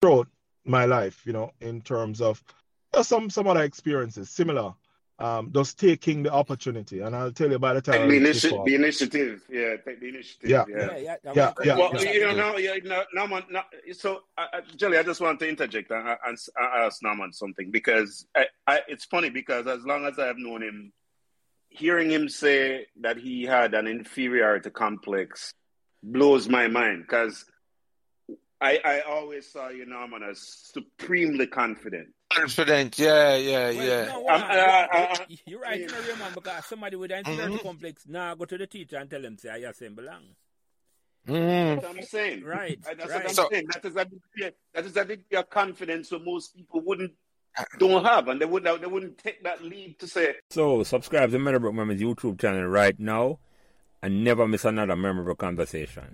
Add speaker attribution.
Speaker 1: throughout my life, you know, in terms of uh, some some other experiences similar. Um, just taking the opportunity, and I'll tell you by the time
Speaker 2: Take the,
Speaker 1: this
Speaker 2: initi-
Speaker 1: fall-
Speaker 2: the initiative. Yeah, take the initiative.
Speaker 1: Yeah,
Speaker 2: yeah.
Speaker 3: yeah,
Speaker 1: Yeah, yeah,
Speaker 2: well,
Speaker 1: yeah.
Speaker 2: you know, now, you know, Norman, now, so uh, uh, Jelly, I just want to interject and, uh, and s- and ask Norman something because I, I, it's funny because as long as I have known him, hearing him say that he had an inferiority complex blows my mind because I, I always saw you, Norman, as supremely confident.
Speaker 4: Confident, yeah, yeah,
Speaker 3: Well,
Speaker 4: yeah.
Speaker 3: no,
Speaker 2: I'm- uh,
Speaker 3: hold
Speaker 2: I-
Speaker 3: on.
Speaker 2: I-
Speaker 3: You- You're right, you know, Raymond, because somebody with an inferiority
Speaker 1: Mm-hmm.
Speaker 3: complex now go to the teacher and tell him, say, I yes, him belong.
Speaker 4: Mm.
Speaker 2: That's what I'm saying.
Speaker 3: Right,
Speaker 2: And That's
Speaker 3: right.
Speaker 2: what I'm
Speaker 4: So-
Speaker 2: saying. That is a degree, that is a degree of confidence so most people wouldn't don't have, and they wouldn't they wouldn't take that leap to say,
Speaker 3: So, subscribe to Memorable Memories YouTube channel right now and never miss another memorable conversation.